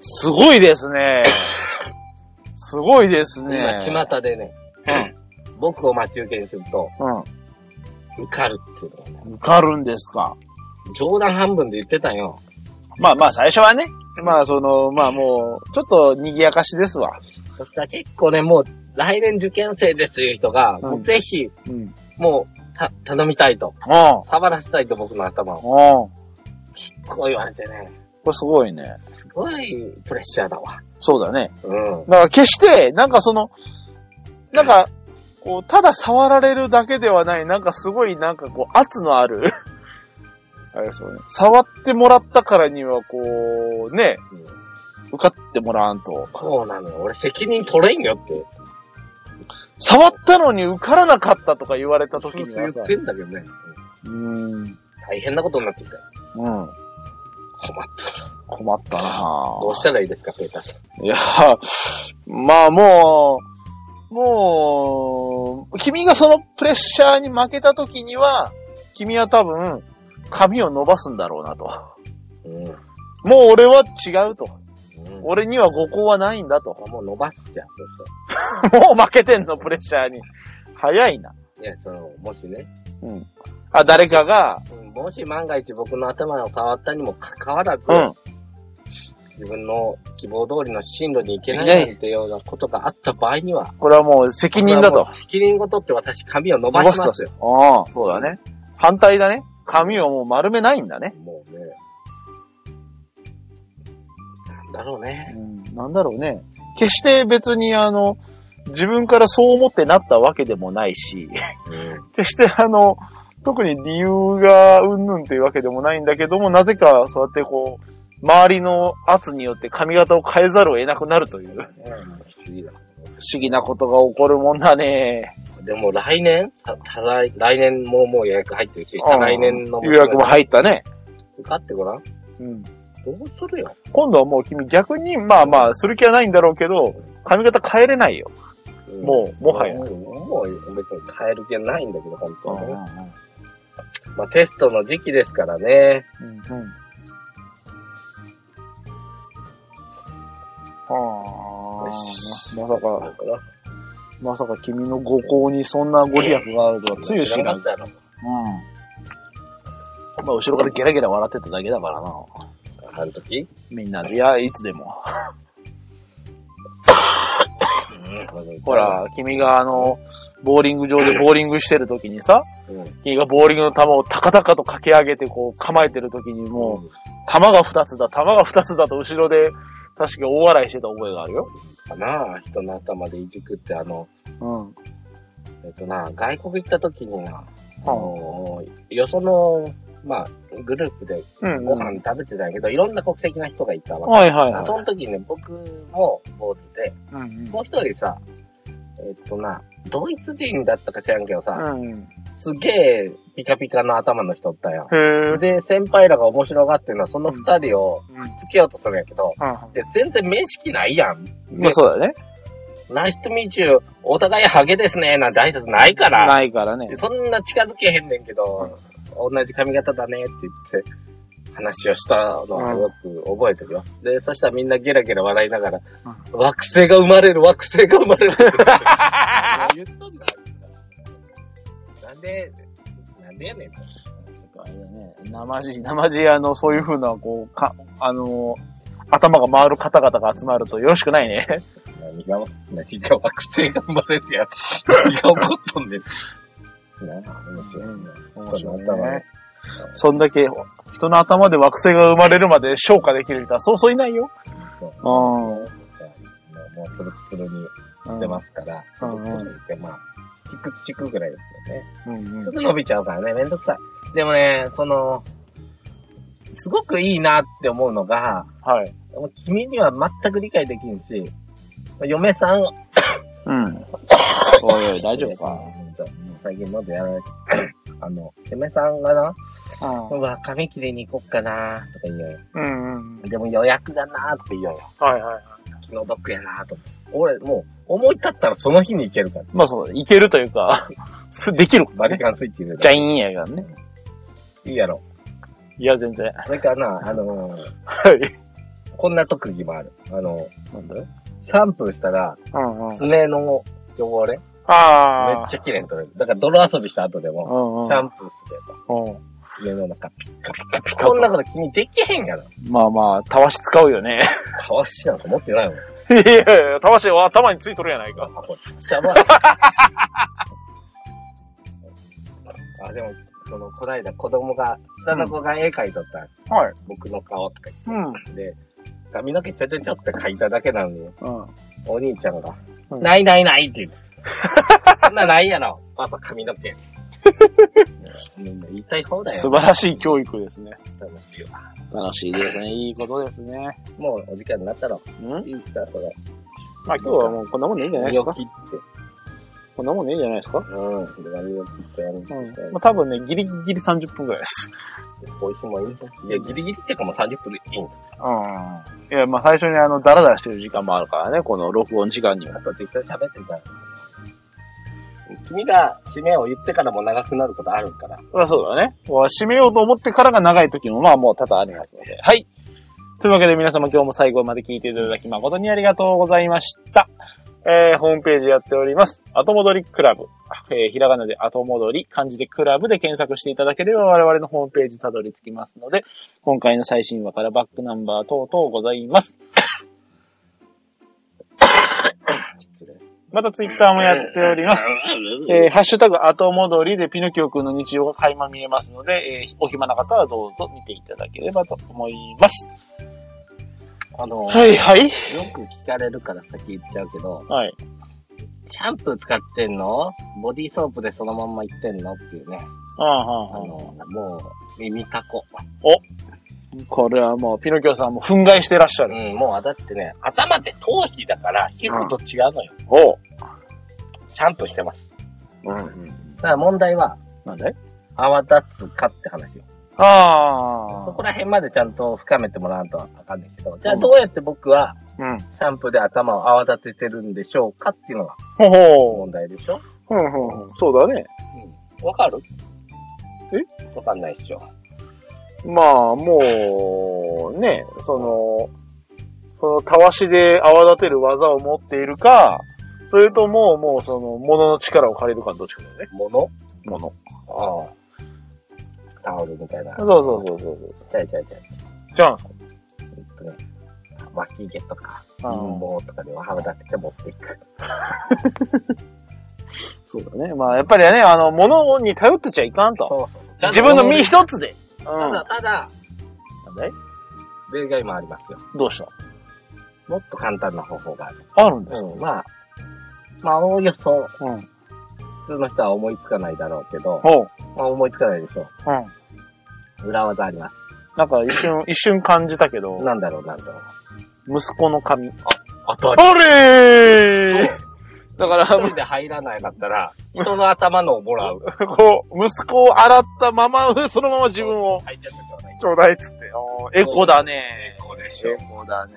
Speaker 2: すごいですね。すごいですね。
Speaker 1: 今、巷でね、僕を待ち受けにすると、受かるっていうのがね、
Speaker 2: うん。受かるんですか。
Speaker 1: 冗談半分で言ってたよ。
Speaker 2: まあまあ最初はね。まあその、まあもう、ちょっと賑やかしですわ。
Speaker 1: そしたら結構ね、もう来年受験生ですという人が、もうぜひ、
Speaker 2: うん。うん。
Speaker 1: もうた、頼みたいと。触らせたいと僕の頭を。
Speaker 2: うん。
Speaker 1: こう言われてね、
Speaker 2: これすごいね。
Speaker 1: すごいプレッシャーだわ。
Speaker 2: そうだね。
Speaker 1: うん。
Speaker 2: だから決して、なんかその、なんか、こう、ただ触られるだけではない、なんかすごい、なんかこう、圧のある、 あれですよね。触ってもらったからには、こう、ね、
Speaker 1: うん
Speaker 2: 受かってもらわんと。
Speaker 1: そうなのよ。俺責任取れんよって。
Speaker 2: 触ったのに受からなかったとか言われた時に
Speaker 1: 言
Speaker 2: はさ
Speaker 1: っ、てんだけどね。
Speaker 2: うん、うん、
Speaker 1: 大変なことになってきたよ。困った。
Speaker 2: 困ったなぁ
Speaker 1: どうしたらいいですか、ペーターさん。
Speaker 2: いやー、まあもう、もう、君がそのプレッシャーに負けた時には、君は多分、髪を伸ばすんだろうなと。
Speaker 1: うん。う
Speaker 2: もう俺は違うと。
Speaker 1: ん
Speaker 2: 俺には五行はないんだと。
Speaker 1: もう伸ばすじゃん、そうし
Speaker 2: もう負けてんの、プレッシャーに。早いな。
Speaker 1: たら。いや、その、もしね、
Speaker 2: うん。あ、誰かが、
Speaker 1: うんもし万が一僕の頭を触ったにもかかわらず、
Speaker 2: うん。
Speaker 1: 自分の希望通りの進路に行けないなんてようなことがあった場合には、
Speaker 2: これはもう責任だ
Speaker 1: これは
Speaker 2: と
Speaker 1: も。う責任を取って私髪を伸ばしますよ。
Speaker 2: 伸ばすと。ああ、そうだね。反対だね。髪をもう丸めないんだね。
Speaker 1: もうね。なんだろうね。
Speaker 2: うんなんだろうね。決して別にあの、自分からそう思ってなったわけでもないし、 決してあの、特に理由がうんぬんというわけでもないんだけども、なぜかそうやってこう、周りの圧によって髪型を変えざるを得なくなるという、
Speaker 1: うん。
Speaker 2: 不
Speaker 1: もう不思議だ。
Speaker 2: 思議なことが起こるもんだね。
Speaker 1: でも来年たただ来年ももう予約入ってるし、再来年の
Speaker 2: 予約も入ったね。
Speaker 1: 受かってごらん。
Speaker 2: うん。
Speaker 1: どうするよ。
Speaker 2: 今度はもう君逆に、まあまあ、する気はないんだろうけど、髪型変えれないよ。
Speaker 1: うん
Speaker 2: もう、もはや。
Speaker 1: もう、もう別に変える気はないんだけど、本当はね。
Speaker 2: う
Speaker 1: まあテストの時期ですからね。
Speaker 2: んうん。ああ、ま
Speaker 1: よし
Speaker 2: さ
Speaker 1: ど
Speaker 2: か、
Speaker 1: うかな
Speaker 2: まさか君のご行にそんなご利益があるとはつゆ知らん。うん。
Speaker 1: たろ。
Speaker 2: まあ、後ろからゲラゲラ笑ってただけだからな。
Speaker 1: あの時
Speaker 2: みんなで、いや、いつでも。
Speaker 1: ね。まだいっぱい
Speaker 2: ほら、、君があの、ボーリング場でボーリングしてる時にさ、
Speaker 1: うん。
Speaker 2: 君がボーリングの球を高々と駆け上げてこう構えてる時にもう、球が二つだ、球が二つだと後ろで、確か大笑いしてた覚えがあるよ。
Speaker 1: かな人の頭でいじくって、あの、
Speaker 2: うん。
Speaker 1: えっとな、外国行った時にな、あの、よその、まあ、グループで
Speaker 2: うん。
Speaker 1: ご飯食べてたんやけど、いろんな国籍な人がいたわ
Speaker 2: はいはい
Speaker 1: け。
Speaker 2: はい。
Speaker 1: その時ね、僕も坊主で、
Speaker 2: うんうん
Speaker 1: もう一人さ、えっとな、ドイツ人だったか知らんけどさ、
Speaker 2: うん。へ
Speaker 1: すげえピカピカの頭の人おったよ。
Speaker 2: ぇー。
Speaker 1: で、先輩らが面白がってるのは、その二人を
Speaker 2: うん。
Speaker 1: つけようとするんやけど、
Speaker 2: ま
Speaker 1: で、全然面識ないやん。
Speaker 2: あそうだね。
Speaker 1: ナイスとミーチュー、お互いハゲですね、なんて挨拶ないから。
Speaker 2: ないからね
Speaker 1: で。そんな近づけへんねんけど、同じ髪型だねって言って、話をしたのはよく覚えてるよ。で、そしたらみんなゲラゲラ笑いながら、惑星が生まれる、惑星が生まれるって言って言っとんだ、あいつらなんで、なんでやねんと。
Speaker 2: あれだね、生地、生地、あの、そういう風な、こう、か、あの、頭が回る方々が集まるとよろしくないね。
Speaker 1: 何が、何が惑星が生まれるやつ。何が起こっとんねん。なあ、 面白いね。
Speaker 2: 面白い
Speaker 1: こ
Speaker 2: ね
Speaker 1: の頭ね
Speaker 2: そんだけ、人の頭で惑星が生まれるまで消化できる人はそうそういないよ。
Speaker 1: そう
Speaker 2: うん。うん。
Speaker 1: もう、もう、つるつるに。してますから、ち
Speaker 2: う
Speaker 1: ょっ
Speaker 2: ん
Speaker 1: とって、まあ、チクチクぐらいですよね。
Speaker 2: うん
Speaker 1: ちょ
Speaker 2: う
Speaker 1: っ
Speaker 2: ん
Speaker 1: と伸びちゃうからね、めんどくさい。でもね、その、すごくいいなって思うのが、
Speaker 2: はい。
Speaker 1: もう君には全く理解できんし、嫁さん、
Speaker 2: うん。おいおい、大丈夫か。
Speaker 1: 本当もう最近喉やられて、 あの、嫁さんがな、うわ、髪切りに行こっかなとか言うよ。
Speaker 2: うんうん。
Speaker 1: でも予約がなって言うよ。
Speaker 2: はいはい。
Speaker 1: 気の毒やなと。俺、もう、思い立ったらその日に行けるから。
Speaker 2: まあそう、いけるというか、 すできる
Speaker 1: バリカンスイッチ入れ
Speaker 2: じ
Speaker 1: た
Speaker 2: ゃい
Speaker 1: ら。
Speaker 2: いんやからね。
Speaker 1: いいやろ。
Speaker 2: いや、全然。
Speaker 1: それからな、あのー
Speaker 2: はい。
Speaker 1: こんな特技もある。あの、
Speaker 2: なんだ
Speaker 1: シャンプーしたら、
Speaker 2: うんうん。
Speaker 1: すねの汚れ、め
Speaker 2: ああ。
Speaker 1: っちゃ綺麗に取れる。だから泥遊びした後でも、
Speaker 2: うんう
Speaker 1: シ
Speaker 2: ん。
Speaker 1: ャンプーすれば、
Speaker 2: うん。
Speaker 1: すねの中ピッカピカピ
Speaker 2: カ
Speaker 1: カ。こんなこと君できへんがな。
Speaker 2: まあまあ、たわし使うよね。
Speaker 1: かわしなんか持ってないもん。
Speaker 2: いやいやいや、たわしは頭についとるやないか。
Speaker 1: あ、これ、シャ バあ、でも、その、こないだ子供が、下の子が絵描いとった、
Speaker 2: はい。
Speaker 1: 僕の顔とか
Speaker 2: うん。うん。
Speaker 1: 言って、髪の毛ちょちょちょって描いただけなのに、お兄ちゃんが、
Speaker 2: うん
Speaker 1: ないないないって言 って。そんなないやろ。パパ髪の毛。みんな言いたい方だよ。
Speaker 2: 素晴らしい教育ですね。
Speaker 1: 楽しいわ
Speaker 2: 楽しいですね。いいことですね。
Speaker 1: もうお時間になったろ。
Speaker 2: うん
Speaker 1: いいっすか、それ。
Speaker 2: まあ今日はもうこんなもんでいいんじゃないですか
Speaker 1: 身を切って。
Speaker 2: こんなもんでいいんじゃないですか
Speaker 1: うん。それが身を切ってやるんです
Speaker 2: う
Speaker 1: よ
Speaker 2: ん。まあ多分ね、ギリギリ30分くらいです。
Speaker 1: こういう日もいいねいや、ギリギリっていうかもう30分でいいんだ
Speaker 2: うん。いや、まあ最初にあの、ダラダラしてる時間もあるからね、この録音時間には。
Speaker 1: あと適当に喋ってるから。君が締めを言ってからも長くなることあるから。
Speaker 2: まあそうだね。もう締めようと思ってからが長い時もまあもう多々ありますので。はい。というわけで皆様今日も最後まで聞いていただき誠にありがとうございました。えー、ホームページやっております。後戻りクラブ。えー、ひらがなで後戻り、漢字でクラブで検索していただければ我々のホームページたどり着きますので、今回の最新話からバックナンバー等々ございます。またツイッターもやっております。えーハッシュタグ後戻りでピノキオくんの日常が垣間見えますので、えーお暇な方はどうぞ見ていただければと思います。
Speaker 1: あの、
Speaker 2: はいはい。
Speaker 1: よく聞かれるから先言っちゃうけど、
Speaker 2: はい。
Speaker 1: シャンプー使ってんのボディーソープでそのまんまいってんのっていうね。
Speaker 2: ああ、は
Speaker 1: あ
Speaker 2: あ、は
Speaker 1: の、もう、耳たこ。
Speaker 2: あ。これはもう、ピノキオさんも憤慨してらっしゃ
Speaker 1: う
Speaker 2: る。
Speaker 1: ん、もう、だってね、頭って頭皮だから、皮膚と違うのよ。
Speaker 2: おう。
Speaker 1: シャンプーしてます。
Speaker 2: うん。
Speaker 1: だから問題は、
Speaker 2: なんで
Speaker 1: 泡立つかって話よ。
Speaker 2: あ
Speaker 1: そ
Speaker 2: あ
Speaker 1: こ。ら辺までちゃんと深めてもらわんとあかんねんけど、じゃあどうやって僕は、
Speaker 2: うん。
Speaker 1: シャンプーで頭を泡立ててるんでしょうかっていうのが
Speaker 2: ほほう。
Speaker 1: 問題でしょ
Speaker 2: ほんほんほん。そうだね。
Speaker 1: うん。わかるわかんないっしょ。
Speaker 2: まあ、もう、ね、その、その、たわしで泡立てる技を持っているか、それとも、もう、その、物の力を借りるか、どっちかだよね。
Speaker 1: もの
Speaker 2: 物。
Speaker 1: ああ。タオルみたいな。ち
Speaker 2: そうそうそうそうそ
Speaker 1: ゃ
Speaker 2: う。
Speaker 1: いちゃいちゃい。
Speaker 2: じゃあ、
Speaker 1: えっとね、脇毛とか、
Speaker 2: あの
Speaker 1: もうとかでは羽ばたって持っていく。
Speaker 2: そうだね。まあ、やっぱりね、あの、物に頼ってちゃいかんと。
Speaker 1: そうそうそう
Speaker 2: 自分の身一つで。うん。
Speaker 1: た
Speaker 2: な
Speaker 1: だ、ただ、
Speaker 2: んだい
Speaker 1: 例外もありますよ。
Speaker 2: どうした
Speaker 1: もっと簡単な方法がある。
Speaker 2: あるんですか
Speaker 1: うん、まあ、まあ、おおよそ、
Speaker 2: うん。
Speaker 1: 普通の人は思いつかないだろうけど、
Speaker 2: おう。
Speaker 1: まあ、思いつかないでしょ
Speaker 2: うん。
Speaker 1: う。裏技あります。
Speaker 2: なんか一 瞬、一瞬感じたけど、
Speaker 1: なんだろう、なんだろう。
Speaker 2: 息子の髪。
Speaker 1: 当た
Speaker 2: あれ ーだか
Speaker 1: 一人
Speaker 2: ら、
Speaker 1: で入らないだったら、人の頭のをもらう。
Speaker 2: こう、息子を洗ったまま、そのまま自分を、
Speaker 1: 入っちゃったじゃない
Speaker 2: ちょうだいっつって。おーエコだね。
Speaker 1: これでしょ
Speaker 2: エ。コだね。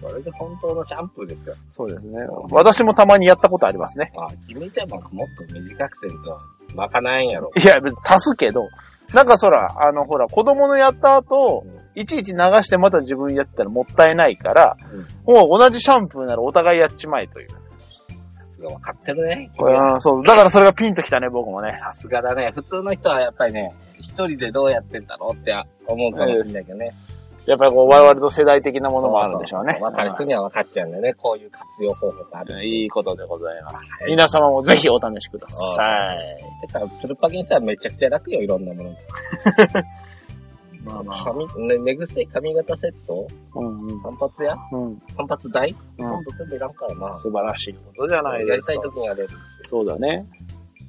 Speaker 1: それで本当のシャンプーですよ。
Speaker 2: そうですね。私もたまにやったことありますね。
Speaker 1: まあ、君ちゃんももっと短くせんと、まかないんやろ。
Speaker 2: いや、別に足すけど、なんかそら、あの、ほら、子供のやった後、いちいち流してまた自分やったらもったいないから、もう同じシャンプーならお互いやっちまえという。
Speaker 1: さすが分かってるね。
Speaker 2: うん、そう。だからそれがピンときたね、僕もね。
Speaker 1: さすがだね。普通の人はやっぱりね、一人でどうやってんだろうって思うかもしれないけどね。
Speaker 2: やっぱりこう、我々の世代的なものもあるんでしょうね。
Speaker 1: 分かる人には分かっちゃうんだよね。こういう活用方法がある。
Speaker 2: うんいいことでございます。
Speaker 1: はい
Speaker 2: 皆様もぜひお試しください。
Speaker 1: てか、つるぱげにしたらめちゃくちゃ楽よ、いろんなもの。
Speaker 2: まあまあ。
Speaker 1: 髪、ね、寝癖、髪型セット
Speaker 2: うんうん。
Speaker 1: 散髪や
Speaker 2: うん。
Speaker 1: 散髪台
Speaker 2: う
Speaker 1: 今
Speaker 2: ん。
Speaker 1: 度全部いらんからな。
Speaker 2: 素晴らしいことじゃない
Speaker 1: や
Speaker 2: で
Speaker 1: り
Speaker 2: すか
Speaker 1: たい。時にやれる。
Speaker 2: そうだね。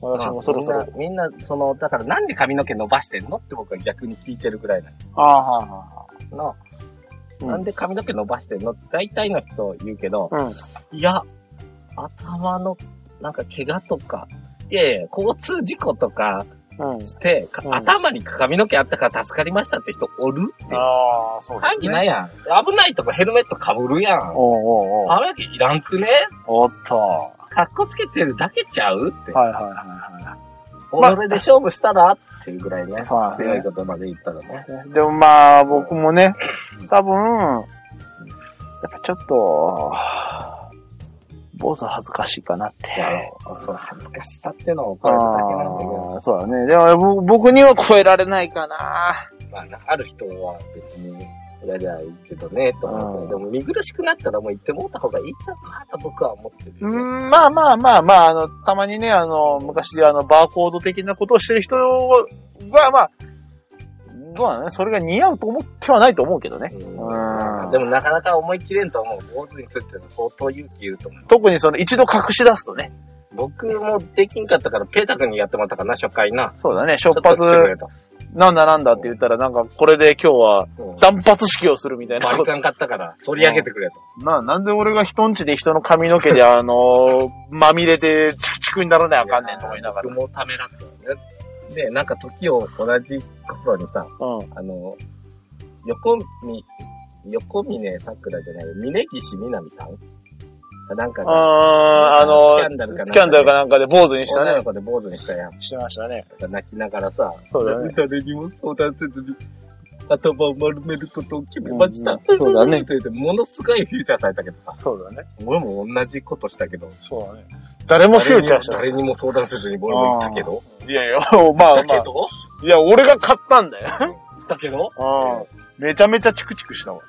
Speaker 2: 私もそろそろ。
Speaker 1: みんな、みんなその、だからなんで髪の毛伸ばしてんのって僕は逆に聞いてるぐらいなんで
Speaker 2: ああ、はあ、はあ。
Speaker 1: すな。
Speaker 2: うん
Speaker 1: なんで髪の毛伸ばしてんのって大体の人言うけど、
Speaker 2: うん。
Speaker 1: いや、頭の、なんか怪我とか、いやいや、交通事故とか
Speaker 2: うん。
Speaker 1: して、か
Speaker 2: うん
Speaker 1: 頭に髪の毛あったから助かりましたって人おるって。
Speaker 2: ああ、そう
Speaker 1: 関係ないやん。危ないとこヘルメット被るやん。
Speaker 2: おうおうおう
Speaker 1: 髪の毛いらんくね
Speaker 2: おっと。は
Speaker 1: かっこつけてるだけちゃうって
Speaker 2: い。はいはいはま
Speaker 1: それで勝負したらっていうぐらいね。
Speaker 2: そうなんです
Speaker 1: 強い
Speaker 2: ね
Speaker 1: 言葉で言ったらね。
Speaker 2: い。でもまあ、僕もね、多分、やっぱちょっと、坊主恥ずかしいかなって。
Speaker 1: その恥ずかしさってのを
Speaker 2: あ
Speaker 1: 怒られただけなんだけど、
Speaker 2: あーそうだね。でもぼ僕には超えられないかな。
Speaker 1: まあな、ある人は別にやりゃいいけどね、と思うけど、でも見苦しくなったらもう行ってもうた方がいいかなと僕は思ってる
Speaker 2: う
Speaker 1: よね、
Speaker 2: ん、まあまあまあまあ、あの、たまにね、あの、昔であの、バーコード的なことをしてる人は、まあ、どうなのね、それが似合うと思ってはないと思うけどね。
Speaker 1: うんでもなかなか思い切れんと思う。坊主にするっていうのは相当勇気いると思う。
Speaker 2: 特にその、一度隠し出すとね。
Speaker 1: 僕もできんかったから、ペータ君にやってもらったかな、初回な。
Speaker 2: そうだね、出
Speaker 1: ちょっ
Speaker 2: 発
Speaker 1: と、来てくれと
Speaker 2: なんだなんだって言ったら、なんか、これで今日は、
Speaker 1: うん
Speaker 2: 断髪式をするみたいな
Speaker 1: バ
Speaker 2: こ
Speaker 1: リ
Speaker 2: と。
Speaker 1: カン買ったから、反り上げてくれと。
Speaker 2: なあ、なんで俺が人んちで人の髪の毛で、あ の、まみれて、チクチクにならないあかんねんと思いながら。
Speaker 1: 僕もためらったよね。で、なんか時を同じ頃にさ、
Speaker 2: うん。
Speaker 1: あの、横見、横峰桜じゃない、峯岸みなみさんかなんかが、
Speaker 2: あーあの、
Speaker 1: スキャンダルかなんかで
Speaker 2: スキャンダルかなんかで坊主にした
Speaker 1: 女の
Speaker 2: ね。
Speaker 1: 子で坊主にしたやん。
Speaker 2: してましたね。
Speaker 1: 泣きながらさ、
Speaker 2: そうだね
Speaker 1: ね。誰にも相談せずに、頭を丸めることを決めました。
Speaker 2: うんそうだね
Speaker 1: って言って、ものすごいフューチャーされたけどさ、
Speaker 2: そうだね。
Speaker 1: 俺も同じことしたけど、
Speaker 2: そうだね。誰もフューチャーした。
Speaker 1: 誰にも誰にも相談せずに俺も行ったけど、
Speaker 2: いやいや、まあ
Speaker 1: だ
Speaker 2: ま
Speaker 1: け
Speaker 2: あ。
Speaker 1: ど、
Speaker 2: いや、俺が買ったんだよ。
Speaker 1: だけど、
Speaker 2: うん。めちゃめちゃチクチクしたわ。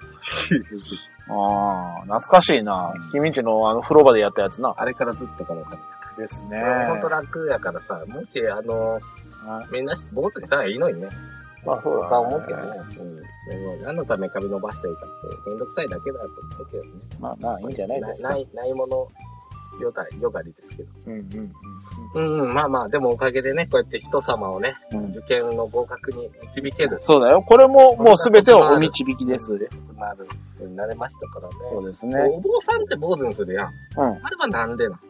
Speaker 2: ああ、懐かしいな。君んちのあの風呂場でやったやつな。
Speaker 1: あれからずっとこの髪。
Speaker 2: ですね
Speaker 1: ほんと楽やからさ、もし、あの、みんなし坊主にしたらいいのにね。
Speaker 2: まあそう
Speaker 1: とか思うけどね。うん。でも、何のため髪伸ばしてるかって、めんどくさいだけだと思うけどね。
Speaker 2: まあまあ、いいんじゃないですか。
Speaker 1: ない、ないもの、よが、よがりですけど。
Speaker 2: うんうん
Speaker 1: うん、うん、まあまあ、でもおかげでね、こうやって人様をね、
Speaker 2: うんうん。
Speaker 1: 受験の合格に導ける、
Speaker 2: そうだよ。これも、もうすべてをお導きです。そ
Speaker 1: なる人になれましたからね。
Speaker 2: うですね。
Speaker 1: お坊さんって坊主にするやん。
Speaker 2: うん。
Speaker 1: あれはなんでなん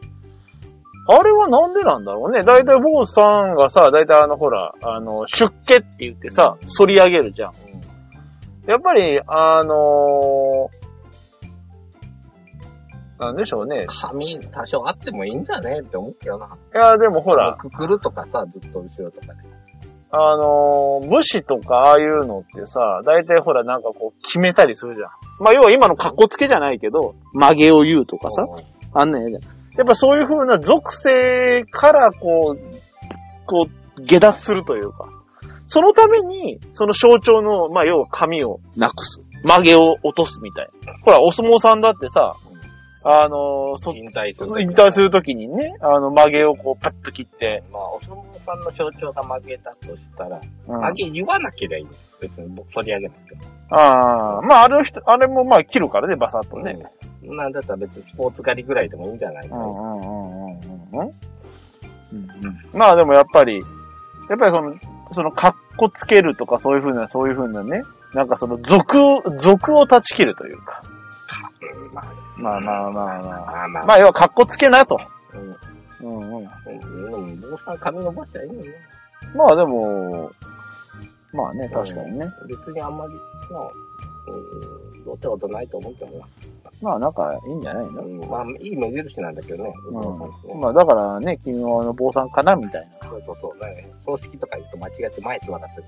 Speaker 2: あれはなんでなんだろうね。だいたい坊さんがさ、だいたいあのほら、あの、出家って言ってさ、反り上げるじゃん。やっぱり、あのーなんでしょうね。
Speaker 1: 髪多少あってもいいんじゃねって思うけどな。
Speaker 2: いや、でもほら、
Speaker 1: くくるとかさ、ずっと後ろとかね。
Speaker 2: あのー武士とかああいうのってさ、だいたいほらなんかこう決めたりするじゃん。まあ要は今の格好つけじゃないけど、曲げを言うとかさ、
Speaker 1: うん
Speaker 2: あんねんやじゃん。やっぱそういう風な属性からこう、こう、下脱するというか、そのために、その象徴の、まあ要は髪をなくす。曲げを落とすみたいな。ほら、お相撲さんだってさ、
Speaker 1: うん
Speaker 2: あの、そ、
Speaker 1: 引退する。
Speaker 2: 引退するときにね、あの、曲げをこう、パッと切って、
Speaker 1: まあ、お相撲さんの象徴が曲げたとしたら、
Speaker 2: うん
Speaker 1: 曲げ言わなければいいんです。別に僕取り上げなくても。
Speaker 2: ああ、まあ、あれをひと、あれもまあ、切るからね、バサッとね。
Speaker 1: うん。なんだったら別にスポーツ狩りぐらいでもいいんじゃないか
Speaker 2: う
Speaker 1: な。
Speaker 2: んうんうんうんうんうん。まあでもやっぱり、やっぱりその、その、格好つけるとかそういうふうな、そういうふうなね、なんかその、俗を、俗を断ち切るというか。
Speaker 1: うんまあ
Speaker 2: まあまあまあまあ。
Speaker 1: まあまあ。
Speaker 2: まあ要は格好つけなと。
Speaker 1: うん
Speaker 2: うんうん。
Speaker 1: うん、でも坊さん髪伸ばしたらいいのにね。
Speaker 2: まあでも、まあね、確かにね。
Speaker 1: 別にあんまり、なうん、どうってことないと思うけどな。
Speaker 2: まあなんかいいんじゃないの、
Speaker 1: うん、まあ、いい目印なんだけどね。
Speaker 2: うん、
Speaker 1: まあ、
Speaker 2: まあだからね、君はあの坊さんかなみたいな。
Speaker 1: そうそうそう。だからね葬式とか言うと間違って前座らせる。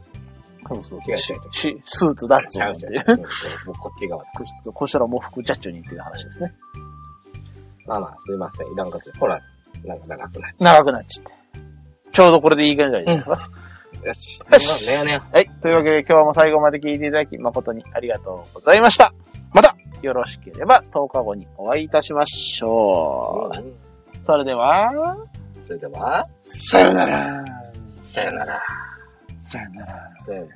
Speaker 2: そうそう
Speaker 1: 違う違う違う
Speaker 2: ししスーツだっち
Speaker 1: ちゃ
Speaker 2: ゃ
Speaker 1: う
Speaker 2: う
Speaker 1: ち
Speaker 2: し
Speaker 1: ゃ。う。もうこっち側。
Speaker 2: こしこしたらもう服ジャッチュにっていう話ですね。
Speaker 1: まあまあ、すいません。いらんこと。ほら、なんか長くなっ
Speaker 2: 長くなっちゃって。ちょうどこれでいい感じじゃないですか。
Speaker 1: た。よし。よし。ねよねよ。
Speaker 2: はい。というわけで今日も最後まで聞いていただき誠にありがとうございました。また、よろしければ10日後にお会いいたしましょう。
Speaker 1: うん
Speaker 2: それでは、
Speaker 1: それでは、
Speaker 2: さよなら。
Speaker 1: さよなら。
Speaker 2: さよなら。
Speaker 1: さよなら。